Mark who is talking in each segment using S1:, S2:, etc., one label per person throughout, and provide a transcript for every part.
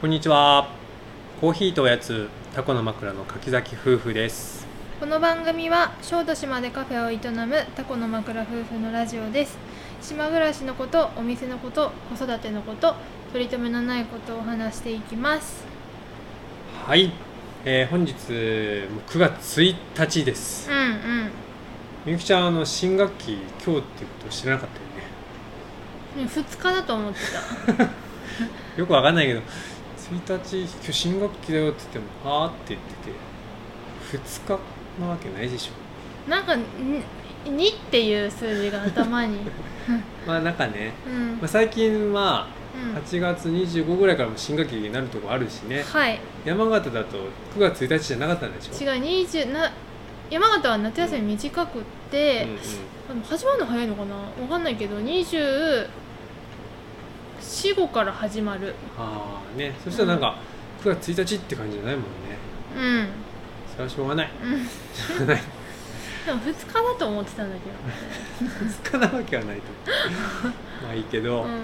S1: こんにちは。コーヒーとおやつ、タコの枕の柿崎夫婦です。
S2: この番組は小豆島でカフェを営むタコの枕夫婦のラジオです島暮らしのことお店のこと子育てのこと取り留めのないことをお話していきます
S1: はい、えー本日もう9月1日です。
S2: うんうん
S1: みゆきちゃん、あの新学期今日ってこと知らなかったよね。
S2: ね2日だと思って
S1: よくわかんないけど、1日今日新学期だよって言っても、あーって言ってて、2日なわけないでしょ。
S2: たなんかに2っていう数字が頭に
S1: まあなんかね、
S2: うん、うん
S1: まあ、最近は8月25ぐらいからも新学期になるとこあるしね。
S2: はい
S1: 山形だと9月1日じゃなかったんでしょ。
S2: 違う20な山形は夏休み短くって、
S1: うんうん
S2: あの始まるの早いのかなわかんないけど245から始まる
S1: ああねそしたらなんか9月1日って感じじゃないもんね
S2: うん
S1: それはしょうがない
S2: うん
S1: しょうがない
S2: でも2日だと思ってたんだけ
S1: 2日なわけは ないとまあいいけど、
S2: ど、うん、
S1: ま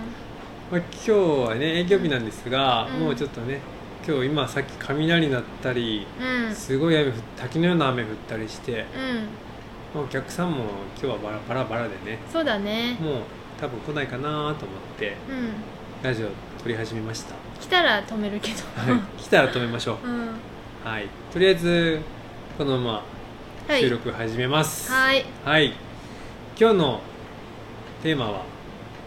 S1: あ、今日はね営業日なんですが、
S2: うん
S1: もうちょっとね今日今さっき雷鳴ったり
S2: うん
S1: すごい雨降っ滝のような雨降ったりして、
S2: うん、
S1: まあ、お客さんも今日はバラバラバラでね
S2: そうだね
S1: もう多分来ないかなと思って
S2: うん
S1: ラジオ撮り始めました、
S2: 来たら止めるけど
S1: はい、来たら止めましょ
S2: う
S1: う
S2: ん
S1: はいとりあえずこのまま
S2: はい
S1: 収録始めます、
S2: はい
S1: はい今日のテーマは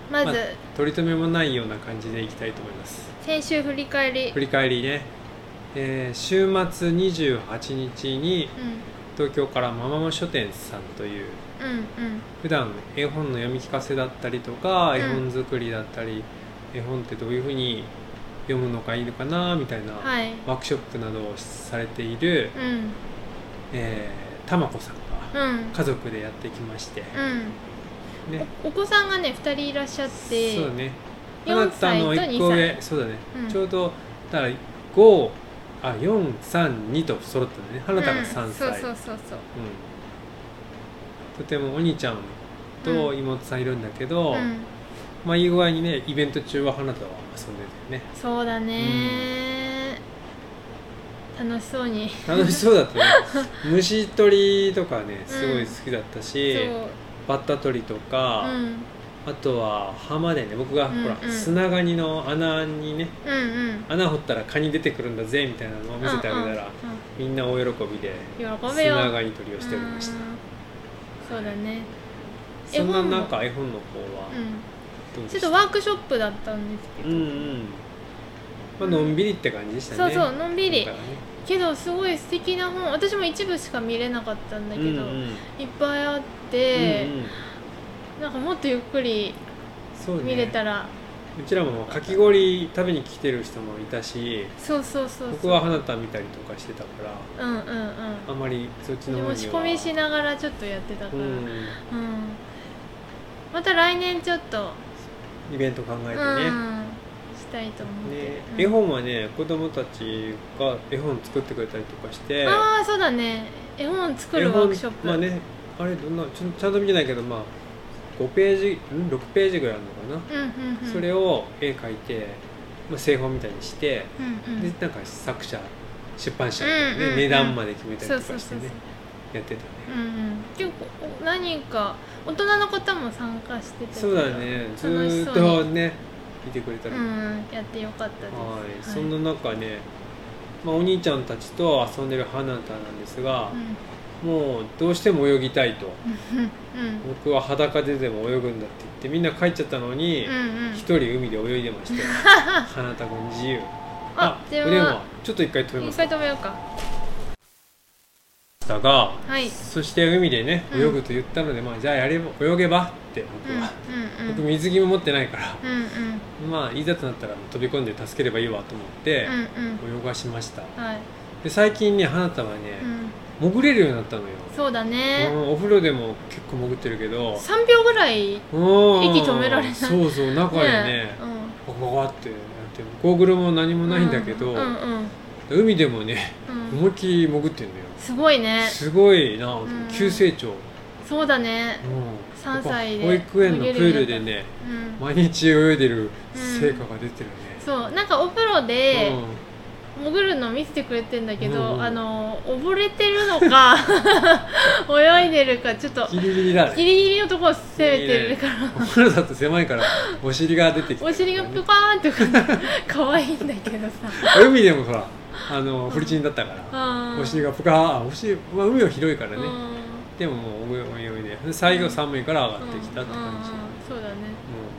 S2: ま
S1: ま
S2: ず
S1: ず取り留めもないような感じでいきたいと思います
S2: 先週振り返り
S1: 振り返りね、えー週末28日に
S2: う
S1: 東京からままま書店さんという
S2: うんうんうん
S1: 普段絵本の読み聞かせだったりとか
S2: うん
S1: 絵本作りだったり、絵本ってどういうふうに読むのがいいのかなみたいな
S2: はい
S1: ワークショップなどをされている
S2: うん
S1: えーたまこさんが
S2: うん
S1: 家族でやってきまして、
S2: うん
S1: ね
S2: おお子さんがね2人いらっしゃって
S1: そうだね
S2: 4歳と
S1: あなたの一個上そうだね、
S2: うん
S1: ちょうどだから5あ432と揃ったんだね
S2: う
S1: 花
S2: ん
S1: 田が3歳、うん
S2: そうそうそうそう
S1: とてもお兄ちゃんと妹さんいるんだけど、
S2: うん
S1: まあいい具合にねイベント中は花田は遊んでたよね
S2: そうだね楽しそうに
S1: 楽しそうだったね 虫取りとかねすごい好きだったし、
S2: そう
S1: バッタ取りとか、
S2: うん
S1: あとは浜でね僕がほら、
S2: うんうん
S1: 砂ガニの穴にね
S2: うんうん
S1: 穴掘ったらカニ出てくるんだぜみたいなのを見せてあげたら、
S2: う
S1: みんな大喜びで
S2: んうんうん喜べよ
S1: 砂ガニ取りをしておりました
S2: うんそうだねー
S1: そんな
S2: 絵本も
S1: 中絵本の方は
S2: う
S1: どうんでし
S2: ちょったとワークショップだったんですけ
S1: う
S2: ど、
S1: んうんまあのんびりって感じでした
S2: そう
S1: ね
S2: そうのんびり
S1: 今回はね
S2: けどすごい素敵な本私も一部しか見れなかったんだけど、
S1: うんうん
S2: いっぱいあって、
S1: うんうん
S2: なんかもっとゆっくり
S1: そうね
S2: 見れたら
S1: うちらもかき氷食べに来てる人もいたし
S2: そうそうそうそう
S1: 僕は花田見たりとかしてたから
S2: うんうんうん
S1: あまりそっち
S2: で
S1: の方に
S2: も
S1: は
S2: 仕込みしながらちょっとやってたか
S1: う
S2: ら、うん
S1: ん
S2: また来年ちょっと、
S1: イベント考え
S2: う
S1: て
S2: ん
S1: ね、
S2: したいと思って
S1: ね
S2: る、うん
S1: 絵本はね子供たちが絵本作ってくれたりとかして
S2: ああそうだね絵本作
S1: 絵
S2: るワ
S1: 本
S2: ークショップ
S1: まあねあれどんなちょちゃんと見てないけどまあ5ページん6ページぐらいあるのか
S2: うんうんう
S1: な、
S2: ん
S1: それを絵描いて、まあ、製本みたいにして、
S2: うんうん
S1: でなんか作者出版社、ね
S2: うんうんうん
S1: 値段まで決めた
S2: そう
S1: りと
S2: そう
S1: かして
S2: そうそう
S1: ねやってたね、
S2: うんうん結構お何人か大人の方も参加してて
S1: そうだねず
S2: 楽し
S1: ーっ
S2: そ
S1: と
S2: うに
S1: ね見てくれた
S2: う
S1: ら、
S2: んやってよかったです
S1: はい
S2: はい
S1: そんな中ね、まあ、お兄ちゃんたちと遊んでる花田なんですが、
S2: う
S1: もうどうしても泳ぎたいと
S2: んうんうん
S1: 僕は裸ででも泳ぐんだって言ってみんな帰っちゃったのに
S2: うんうん
S1: 一、人海で泳いでま したよ花田君自由
S2: あ電話
S1: お電話ちょっと一回止めま
S2: 一
S1: す
S2: 回止めようか
S1: たが
S2: はい
S1: そして海でね
S2: うん
S1: 泳ぐと言ったので、まあじゃあやれば泳げばって
S2: う
S1: 僕
S2: ん
S1: は、
S2: うん
S1: 僕
S2: うん
S1: 水着も持ってないから
S2: うんうん
S1: まあいざとなったら飛び込んで助ければいいわと思って
S2: うんうん
S1: 泳がしました
S2: はい
S1: で最近ね花田はね、
S2: うん
S1: 潜れるようになったのよ、
S2: そうだ
S1: う
S2: ね
S1: んお風呂でも結構潜ってるけど
S2: 三秒ぐらいね
S1: うん
S2: 息止められない
S1: そうそう中にね
S2: うん
S1: バカバカってなってゴーグルも何もないんだけど、
S2: うんうん
S1: 海でもね
S2: うんうん
S1: 思いっきり潜ってんだよ、
S2: すごいね
S1: すごいな、
S2: ん
S1: 急成長、うん
S2: そうだね3歳で
S1: 保育園のプールで
S2: 泳げるよ
S1: ね
S2: うになった、
S1: 毎日泳いでる成果が出てる
S2: う
S1: ね、
S2: ん、そうなんかお風呂
S1: う
S2: で
S1: ん
S2: 潜るの見せてくれてんだけど、
S1: うん
S2: あの溺れてるのか 泳いでるかちょっと
S1: ギリギリだ
S2: ギ
S1: ね
S2: リギリのところ攻めてるから
S1: お風呂だと狭いからお尻が出てきて、
S2: お尻がプカーンとか可愛いんだけどさ
S1: 海でもほらあのフリチンだったから、 お尻
S2: が
S1: がプカーあお尻、まあ、海は広いからね、
S2: うん
S1: でももう泳い泳いでで最後寒いから上がってきたって感じ、
S2: うんうんうんそうだね
S1: も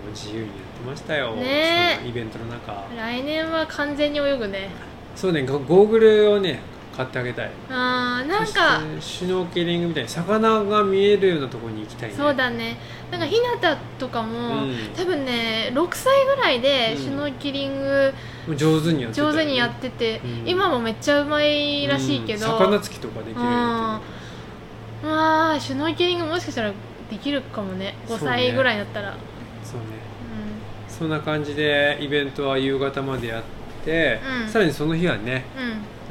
S1: う自由にやってましたよ、
S2: ねえ
S1: そのイベントの中
S2: 来年は完全に泳ぐね
S1: そうねゴゴーグルをね買ってあげたい
S2: あーな
S1: そ
S2: んか
S1: してシュノーケリングみたいに魚が見えるようなところに行きたいね
S2: そうだねなんかひなたとか
S1: う
S2: も、
S1: ん、
S2: 多分ね6歳ぐらいで
S1: うん
S2: シュノーキリング
S1: 上手にやってたよ
S2: 上
S1: ね
S2: 手にやってて、
S1: うん
S2: 今もめっちゃうまいらしいけど、
S1: うん魚つきとかできるようになって
S2: まあシュノーキリングもしかしたらできるかもね5
S1: そうね
S2: 歳ぐらいだったらう,、
S1: るそうねそんな感じでイベントは夕方までやって、
S2: うん
S1: さらにその日はね、
S2: んうん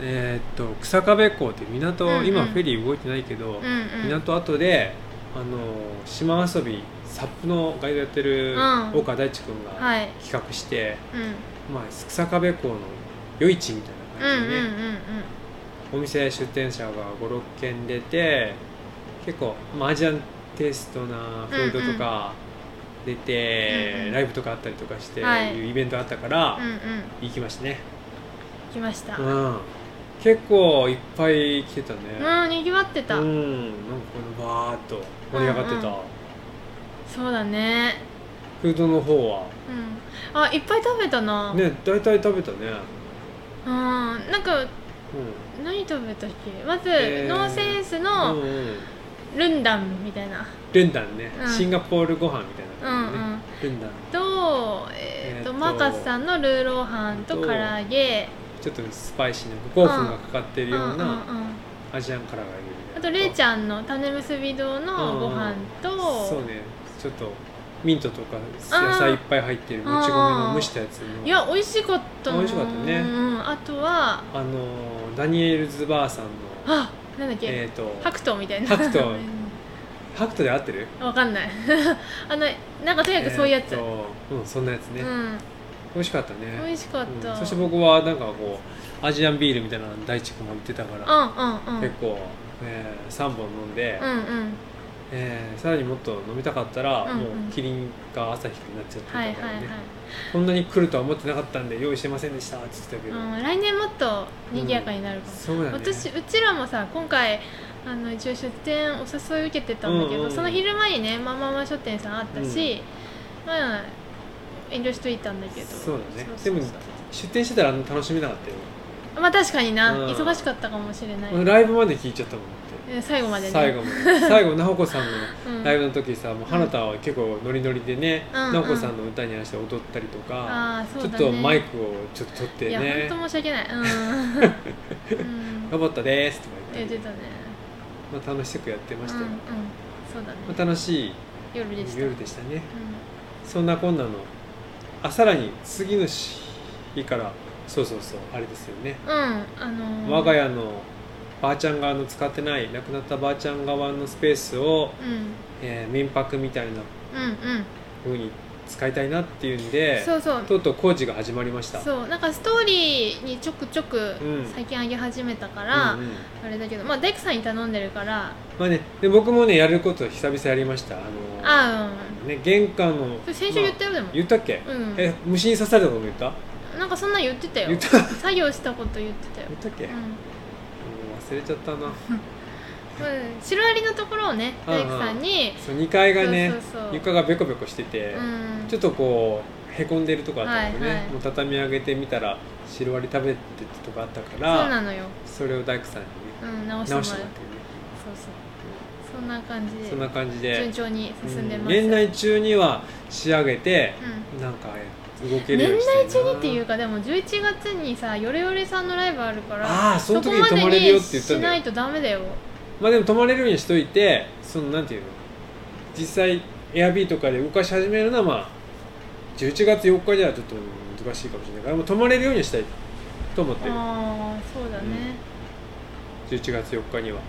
S1: えーっと草壁港っていう港、
S2: うんうん
S1: 今フェリー動いてないけど、
S2: うんうん
S1: 港後であの島遊びサップのガイドやってる
S2: うん
S1: 大川大地君が
S2: はい
S1: 企画して、
S2: うん
S1: まあ、草壁港の夜市みたいな
S2: うん
S1: 感じでね、
S2: うんうん
S1: お店出店者が56軒出て結構、まあ、アジアンテイストなフードとか出て、
S2: うんうん
S1: ライブとかあったりとかして、
S2: はい
S1: いうイベントあったから
S2: うんうんうん
S1: 行きましたね、
S2: 来ました
S1: う
S2: うん
S1: ん、結構いっぱい来てたね、
S2: にぎわってた、
S1: うんなんかこのバーッと盛り上がってた、
S2: うんうんそうだね
S1: フードの方は
S2: うんあいっぱい食べたな、
S1: ね大体食べたね、
S2: うんなんか
S1: う
S2: 何食べたっけまず、
S1: えー
S2: ノーセンス
S1: んう
S2: の
S1: んうん、
S2: ルンダンみたいな
S1: ルンダンね、
S2: うん
S1: シンガポールご飯みたいな
S2: うん
S1: 感
S2: う
S1: じね、
S2: ん
S1: ルンダン
S2: と,、え
S1: えー
S2: ーと
S1: と
S2: マーカスさんのルーローハンと唐揚げ
S1: ちょっとスパイシーな五香粉がかかって
S2: う
S1: る
S2: んう
S1: よ
S2: んう
S1: うんなアジアンカラーがいるみたいな
S2: あとレイちゃんの種結び堂のご飯と
S1: そうねちょっとミントとか
S2: あー
S1: 野菜いっぱい入ってるもち米の蒸したやつの
S2: いや美味しかったな
S1: 美味しかったね
S2: うん、あとは
S1: あのーダニエルズばあさんの
S2: あなんだっけ、
S1: えっ、と
S2: 白桃みたいな
S1: 白桃
S2: うん
S1: ハクトで合ってる
S2: わかんない あのなんかとにかくそういうやつ、
S1: えーとうんそんなやつね、
S2: うん
S1: 美味しかった
S2: 美
S1: ね
S2: 味しかった、
S1: うんそして僕はなんかこうアジアンビールみたいなの大地君も売ってたか
S2: う
S1: ら、
S2: んうんうん
S1: 結構、え3本飲んで、
S2: うんうん
S1: えーさらにもっと飲みたかったら、
S2: うんうん
S1: もうキリンか朝日かになっちゃってたか
S2: は
S1: ら
S2: い
S1: ね、
S2: はいはい、
S1: こんなに来るとは思ってなかったんで用意してませんでしたって言ってたけど、
S2: うん、来年もっと賑やかになるかも、
S1: そうだね
S2: 私うちらもさ今回あの一応出店お誘い受けてたんだけど、
S1: うんうん
S2: その昼前にねまあまあまあ書店さんあったし、まあ遠慮しといたんだけど
S1: そうだね
S2: そうそう
S1: でも出店してたらあの楽しめなかったよ、
S2: まあ確かにな、
S1: うん
S2: 忙しかったかもしれない、
S1: ライブまで聞いちゃったもんだって
S2: え最後までね
S1: 最後まで最後なほこさん
S2: うん
S1: のライブの時さ、もう花田は結構ノリノリでね、
S2: うんうん
S1: なほこさんの歌に合わせて踊ったりとか、
S2: ああそ
S1: ちょ
S2: う
S1: っ
S2: だね
S1: とマイクをちょっと取って
S2: いや
S1: ね
S2: 本当申し訳ない うん、う
S1: 「
S2: ん
S1: ロボットです」とか言
S2: 言
S1: っ,、
S2: っててたね
S1: まあ、楽しくやってましたよ、
S2: うんうん
S1: ま
S2: そうだね、
S1: あ、楽しい
S2: 夜でした
S1: 夜でしたね
S2: うん
S1: そんなこんなのあさらに次の日からそうそうそうあれですよね
S2: うん、あのー、
S1: 我が家のばあちゃん側の使ってない亡くなったばあちゃん側のスペースを、
S2: うん、
S1: えー民泊みたいな
S2: うんうん
S1: 風に使いたいなっていうんで
S2: そうそう
S1: とうとう工事が始まりました
S2: そうなんかストーリーにちょくちょく
S1: うん
S2: 最近あげ始めたか
S1: うん
S2: ら、
S1: うん
S2: あれだけどまあ大工さんに頼んでるから
S1: まあね、で僕もねやること久々やりましたあの
S2: あ
S1: ね、玄関の
S2: うん先週言ったよでも、
S1: まあ言ったっけ、
S2: うん
S1: え虫に刺されたことも言った
S2: なんかそんなん言ってたよ
S1: 言った
S2: 作業したこと言ってたよ
S1: 言ったっけ、
S2: う
S1: も
S2: ん
S1: う忘れちゃったな
S2: うん、シロアリのところをね
S1: うんう
S2: 大
S1: ん
S2: 工さんに、
S1: そう2階がね
S2: そうそうそう
S1: 床がベコベコしてて、
S2: うん、
S1: ちょっとこうへこんでるとこあったのね、
S2: はいはい
S1: もう畳み上げてみたらシロアリ食べてたとこあったか
S2: そうな
S1: ら
S2: のよ、
S1: それを大工さんにね
S2: うん、直して
S1: 直
S2: もらう
S1: して
S2: そ
S1: も
S2: う
S1: らっ
S2: そうそんな感じ
S1: てね
S2: で
S1: そんな感じ
S2: 順
S1: で
S2: 調に進んで
S1: うん
S2: ます、
S1: 年内中には仕上げて
S2: う、ん
S1: なんか動けるよう
S2: 年
S1: にしたい
S2: 内
S1: な
S2: 中にっていうかでも11月にさヨレヨレさんのライブあるから
S1: ああその時に
S2: そこ
S1: 泊
S2: ま
S1: ま
S2: で
S1: れ
S2: に
S1: るよって言った
S2: し
S1: ん
S2: な
S1: だ
S2: い
S1: よ
S2: とダメだよ
S1: まあでも泊まれるようにしといてそのなんていうの実際エアビーとかで動かし始めるのはまあ11月4日じゃちょっと難しいかもしれないからもう泊まれるようにしたいと思ってる
S2: ああそうだね、
S1: 11月4日には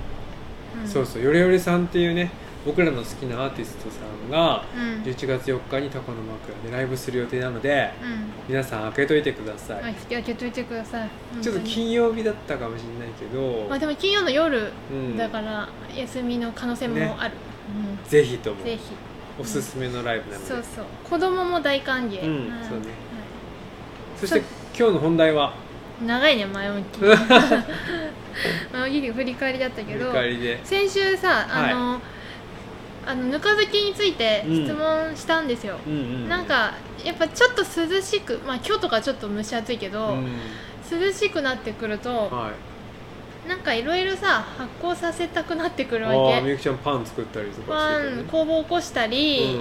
S2: ん
S1: そうそう、ヨレヨレさんっていうね、
S3: 僕らの好きなアーティストさんが
S2: うんうん
S3: 11月4日にタコの枕でライブする予定なので皆さん開けといてください、
S2: はい引き分けといてください本当に
S3: ちょっと金曜日だったかもしれないけど、
S2: まあでも金曜の夜
S3: うん、
S2: だから休みの可能性
S3: ね
S2: もある、
S3: ぜひと
S2: う
S3: も
S2: ん、ぜひ
S3: おすすめのライブなので、
S2: そうそう子供も大歓迎、
S3: うん
S2: はい
S3: そうね
S2: はい
S3: そして今日の本題は
S2: 長いね前置き前置きが振り返りだったけ
S3: 振り
S2: ど
S3: 返りで
S2: 先週さあの、あのぬか漬けについて質問したんですよ、
S3: うんうん
S2: なんかやっぱちょっと涼しくまあ今日とかちょっと蒸し暑いけ
S3: う
S2: ど、
S3: ん
S2: 涼しくなってくると
S3: はい
S2: なんかいろいろさ発酵させたくなってくる
S3: あ
S2: わ
S3: あーみ
S2: け
S3: ゆきちゃんパン作ったりとか
S2: パ
S3: してたよ
S2: ン
S3: ね
S2: 工房起こしたり、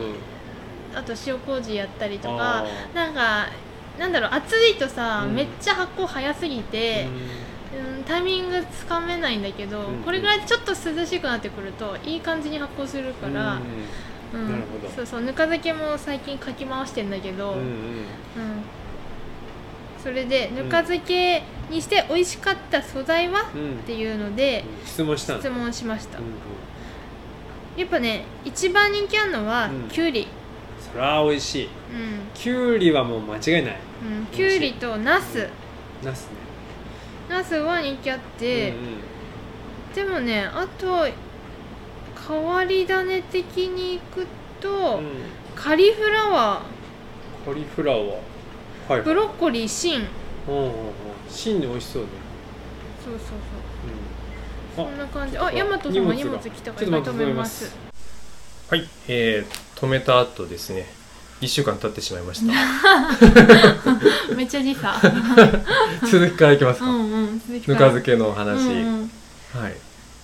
S3: うん
S2: あと塩麹やったりと
S3: あ
S2: か
S3: ー
S2: なんかなんだろう暑いとさ、
S3: うん
S2: めっちゃ発酵早すぎて、うん、タイミングつかめないんだけど、
S3: うん
S2: これぐらいちょっと涼しくなってくるといい感じに発酵するか
S3: うん
S2: ら、うん
S3: なるほど
S2: そうそうぬか漬けも最近かき回してんだけど、
S3: う
S2: うんん
S3: うん
S2: それでぬか漬けにして美味しかった素材は、
S3: うんうん
S2: っていうので
S3: 質問したん
S2: 質
S3: だ
S2: 問しました、
S3: うんうん
S2: やっぱね一番人気あるのは、
S3: うん
S2: きゅうり
S3: そりゃ美味しい
S2: うん
S3: きゅうりはもう間違いない
S2: うん、きゅうりとなす
S3: ナスね
S2: なすは人気あって、
S3: うんうん
S2: でもねあと変わり種的にいくと、
S3: うん
S2: カリフラワ
S3: カリフラワーはい
S2: ーブロッコリー芯
S3: うんうんうん芯で美味しそうね
S2: そうそうそう
S3: うん
S2: そんな感じあヤマト
S3: 荷
S2: 様
S3: 物が
S2: 荷物来たか
S3: ちょっ
S2: ら
S3: と待って
S2: 止めます
S1: はい、えー、止めた後ですね1週間経ってしまいました
S2: めっちゃ時差
S1: 続きからいきます
S2: う
S1: か、
S2: んうん鈴木
S1: ぬ
S2: ん
S1: か漬けの話、
S2: うんうん
S1: はい、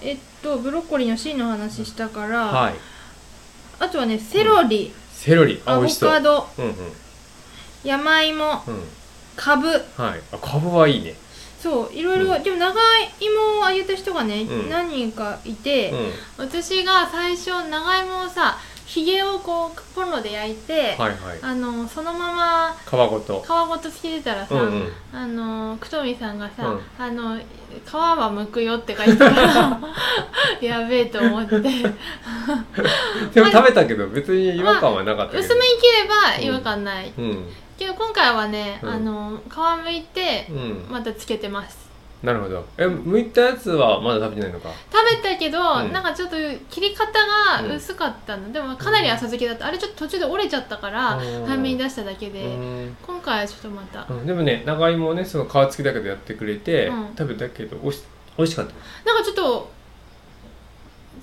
S2: えっとブロッコリーの芯の話したから、
S1: はい、
S2: あとはねセロリ、
S1: セロリあ
S2: ア
S1: 美
S2: ボ
S1: 味しそう
S2: カド
S1: うんうん
S2: 山芋
S1: うん
S2: かぶ
S1: はいあかぶはいいね
S2: そういろいろ、
S1: う
S2: でも長芋をあげた人がね、
S1: うん
S2: 何人かいて、
S1: うん
S2: 私が最初長芋をさひげをこうコンロで焼いて、
S1: はいはい
S2: あのそのまま
S1: 皮ごと
S2: 皮ごとつけてたらさ、
S1: うんうん
S2: あのくとみさんがさ、
S1: うん
S2: あの皮は剥くよって書いてたから やべえと思 って薄めに
S1: でも食べたけど別に違和感はなかったけど、
S2: 切れば違和感ない、
S1: うん
S2: けど今回はね、
S1: うん
S2: あの皮剥いて
S1: うん
S2: またつけてます
S1: なるほどえ剥いたやつはまだ食べてないのか
S2: 食べたけど、
S1: うん
S2: なんかちょっと切り方が薄かったの、でもかなり浅漬けだったあれちょっと途中で折れちゃったから
S1: うん
S2: 早めに出しただけ
S1: う
S2: で、
S1: ん
S2: 今回はちょっとまた、
S1: うんでもね長芋をねその皮付きだけどやってくれて、
S2: うん
S1: 食べたけどおいし美味しかった
S2: なんかちょっと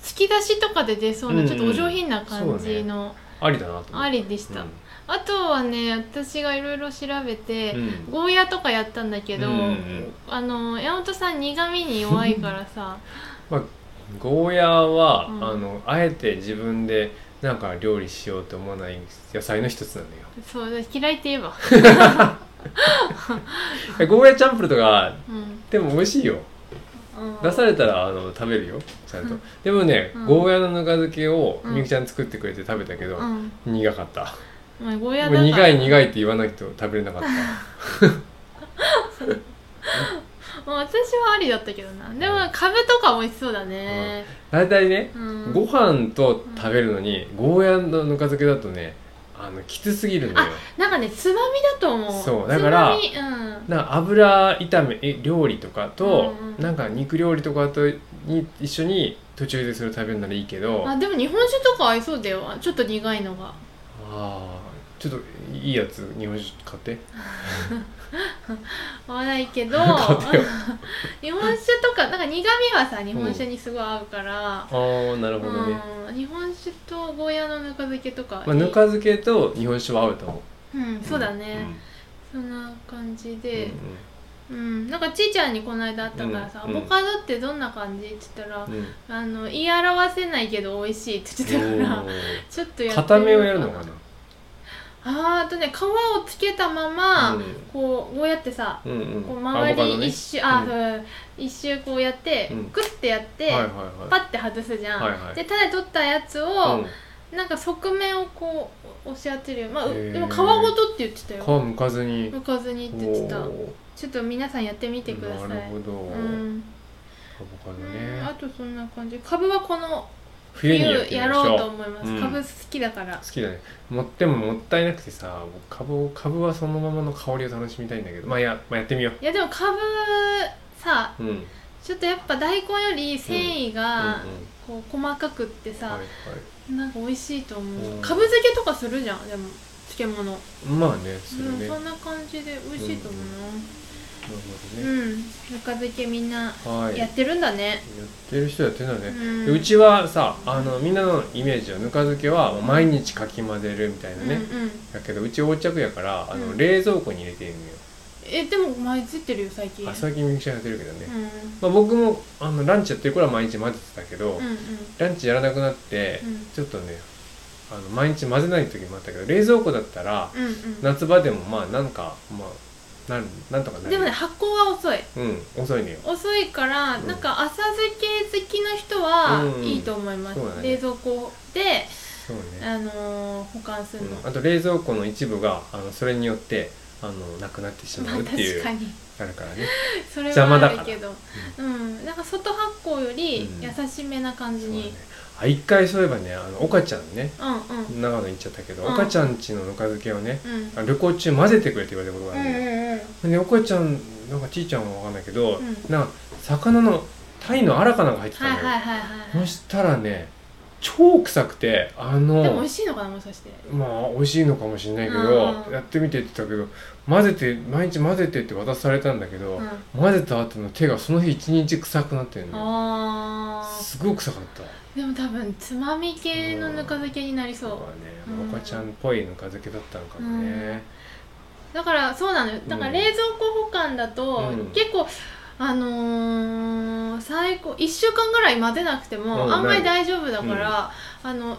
S2: 突き出しとかで出そう
S1: うん
S2: な、
S1: うん
S2: ちょっとお上品な感じの
S1: ありだなと思って
S2: ありでした、
S1: う
S2: あとはね私がいろいろ調べて、
S1: んうん
S2: ゴーヤとかやったんだけど、
S1: うんうん
S2: あの山本さん苦味に弱いからさ
S1: まあ、ゴーヤーは、
S2: うん
S1: あのあえて自分でなんか料理しようと思わない野菜の一つなんだよ
S2: そう嫌いって言えば、
S1: えゴーヤーチャンプルとか
S2: うん
S1: でも美味しいよ
S2: うん
S1: 出されたらあの食べるよちゃんと
S2: うん
S1: でもね、
S2: うん
S1: ゴーヤーのぬか漬けを
S2: うん
S1: みゆきちゃん作ってくれて食べたけど、
S2: うん
S1: 苦かった
S2: まあゴーヤだか
S1: もう
S2: ら
S1: 苦い苦いって言わないと食べれなかった
S2: まあ私はありだったけどなでも株とか美味しそうだね、
S1: 大体ね、
S2: うん
S1: ご飯と食べるのにゴーヤーのぬか漬けだとねあのきつすぎるのよ
S2: なんかねつまみだと思う
S1: そうだから
S2: つまみうん
S1: なんか油炒めえ料理とかと、
S2: うんうん
S1: なんか肉料理とかとに一緒に途中でそれ食べるならいいけど
S2: あ
S1: あ
S2: でも日本酒とか合いそうだよちょっと苦いのが
S1: あーちょっといいやつ日本酒買って
S2: 合わないけど
S1: 買ってよ
S2: 日本酒とかなんか苦味はさ日本酒にすごい合うから、
S1: ああなる
S2: う
S1: ほどね、
S2: ん日本酒とゴーヤのぬか漬けとかいい
S1: まあ、ぬか漬けと日本酒は合うと思う
S2: うんそうだね、そんな感じ
S1: うん
S2: でうん、なんかちいちゃんにこの間会ったからさ、
S1: うん
S2: アボカドってどんな感じ?」って言ったら、
S1: うんうん
S2: あの言い表せないけど美味しいって言ってたから
S1: お
S2: ちょっとや
S1: ー
S2: って
S1: 固めをやるのかな
S2: あーあとね皮をつけたまま、
S1: うん
S2: こうこうやってさ
S1: うんうん
S2: こう周
S1: アボカド
S2: り
S1: ね
S2: 一周、あ
S1: うん
S2: そう一周こうやって、
S1: うん
S2: グッてやって、
S1: はいはい
S2: パ
S1: はい
S2: ッて外すじゃん、
S1: はいはい
S2: で種取ったやつ
S1: う
S2: を
S1: ん、
S2: なんか側面をこう押し当てるよまあう
S1: へー
S2: でも皮ごとって言ってたよ
S1: 皮むかずに
S2: むかずにって言ってた
S1: おー
S2: ちょっと皆さんやってみてください
S1: なるほど、
S2: うん、
S1: アボカド
S2: うんあ
S1: ね
S2: とそんな感じかぶはこの
S1: 冬にやってみ
S2: や
S1: まし
S2: ろ
S1: ょ
S2: う
S1: う
S2: と思います、
S1: うん
S2: 株好きだから
S1: 好きだね持ってももったいなくてさ僕株を株はそのままの香りを楽しみたいんだけどまあや,、まあ、やってみよ
S2: いやでも株さ
S1: ううん
S2: ちょっとやっぱ大根より繊維が
S1: うんうん
S2: こう細かくって
S1: は
S2: さ、
S1: いはい
S2: なんか美味しいと思
S1: う
S2: うんかぶ漬けとかするじゃんでも漬物、
S1: まあねそれ
S2: うん
S1: ね、
S2: そ
S1: なる
S2: んな感じで美味しいと思う
S1: ほど
S2: な
S1: ね、
S2: うん、ぬか漬けみんな
S1: はい
S2: やってるんだね、
S1: やってる人やってるんだね、
S2: うん
S1: でうちはさあのみんなのイメージはぬか漬けは毎日かき混ぜるみたいな
S2: うんう
S1: ね、
S2: ん
S1: だけどうち横着やからあの、
S2: うん
S1: 冷蔵庫に入れてるのよ、
S2: えでも毎日ってるよ最近
S1: あ最近ミキシャーやってるけどね、
S2: うん
S1: まあ、僕もあのランチやってる頃は毎日混ぜてたけど、
S2: うんうん
S1: ランチやらなくなって、
S2: うん
S1: ちょっとねあの毎日混ぜない時もあったけど冷蔵庫だったら、
S2: うんう
S1: 夏場でもまあなんかまあなんなんとかなんる
S2: でもね発酵は遅い
S1: うん遅いのよ
S2: 遅いから、
S1: うん
S2: なんか浅漬け好きの人は
S1: うん
S2: いいと思います、
S1: そうだね
S2: 冷蔵庫で、
S1: そうね、
S2: あのー保管するの、
S1: うんあと冷蔵庫の一部があのそれによってあのなくなってし
S2: ま
S1: ま
S2: あ
S1: うってい
S2: 確
S1: う、
S2: かに
S1: あるからね
S2: それ
S1: 邪魔
S2: は
S1: だ
S2: あ
S1: から
S2: るけどうん、なんか外発酵より
S1: うん
S2: 優しめな感じ
S1: そうだ
S2: に
S1: ねあ一回そういえばねあの岡ちゃんね
S2: うんうん
S1: 長野行っちゃったけど
S2: うん
S1: 岡、ちゃんちのぬか漬けをね
S2: うん
S1: あ旅行中混ぜてくれって言われたことがあるのよ、
S2: うんうん
S1: で岡ちゃんなんかちいちゃんはわかんないけど、
S2: うん
S1: なんか魚の鯛のあらかなんか入ってた
S2: はい
S1: の
S2: はい
S1: よ、
S2: はいはい
S1: そ
S2: は
S1: したらね超臭くてあ
S2: いでも美
S1: の
S2: 味しいのかなもしかして
S1: まあ美味しいのかもしれないけ
S2: うん
S1: ど、
S2: うん
S1: やってみてって言ったけど混ぜて毎日混ぜてって渡されたんだけど、
S2: うん
S1: 混ぜた後の手がその日一日臭くなってるのよ
S2: あー
S1: すごく臭かった
S2: でも多分つまみ系のぬか漬けになり
S1: そう
S2: そう
S1: ね
S2: うん
S1: 赤ちゃんっぽいぬか漬けだったのかもね、
S2: だからそうなのよだから冷蔵庫保管だと、
S1: うん
S2: 結構あのー最高1週間ぐらい混ぜなくても、
S1: うん
S2: あんまり大丈夫だから、あの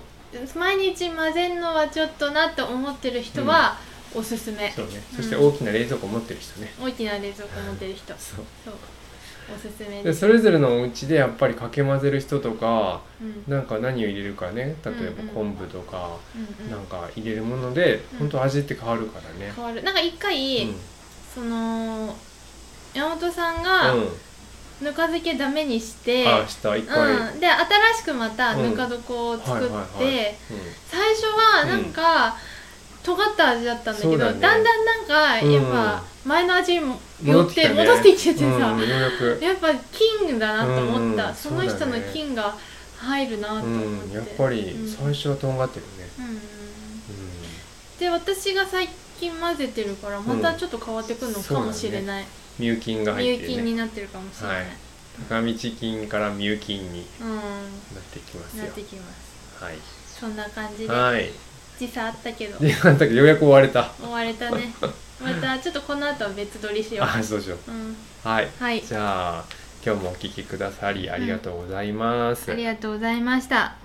S2: 毎日混ぜんのはちょっとなって思ってる人はおすすめ、
S1: そうねそして大きな冷蔵庫持ってる人ね、
S2: 大きな冷蔵庫持ってる人
S1: そう
S2: そうおすすめ
S1: で
S2: です、
S1: それぞれのお家でやっぱりかけ混ぜる人とか
S2: うんうん
S1: なんか何を入れるかね例えば
S2: うん
S1: 昆
S2: う
S1: 布とか
S2: うん
S1: なんか入れるもので
S2: うん
S1: 本当味って変わるからね、
S2: 変わるなんか一
S1: う
S2: 回、
S1: ん
S2: その山本さんが
S1: うん
S2: ぬか漬けダメにして、
S1: あした一回、うん
S2: うん、で新しくまたぬか床を作って、
S1: うんはいはいは
S2: 最初はなんか、尖った味だったんだけ
S1: そ
S2: ど
S1: うだ
S2: だ,、
S1: ね
S2: んだんなんか
S1: うん
S2: やっぱ前の味にも寄
S1: 戻
S2: っ
S1: ってき
S2: て
S1: たね
S2: 戻ってきててさ、
S1: うん、ようやく
S2: やっぱ金だなと思った、
S1: うん
S2: その人
S1: そう
S2: の
S1: だね
S2: 金が入るなと
S1: う
S2: 思って、
S1: んやっぱり
S2: うん
S1: 最初はとんがってるね、
S2: うん
S1: うん、
S2: で私が最近混ぜてるからまたちょっと変わってくるのかもしれない、
S1: ミュー菌が
S2: 入
S1: 入って
S2: 金
S1: ね
S2: になってるかもしれない、
S1: はい高道菌からミュー菌に
S2: う
S1: なってきま
S2: ん
S1: す
S2: なっ
S1: よ
S2: てきます
S1: はい
S2: そんな感じで
S1: はい
S2: 時差あったけど
S1: でなんだっけようやく終われた
S2: 終われたねまたちょっとこの後は別撮りしよ
S1: あそうしよ
S2: う、うん、
S1: うはい
S2: はい
S1: じゃあ今日もお聞きくださりありがとうございます、
S2: ありがとうございました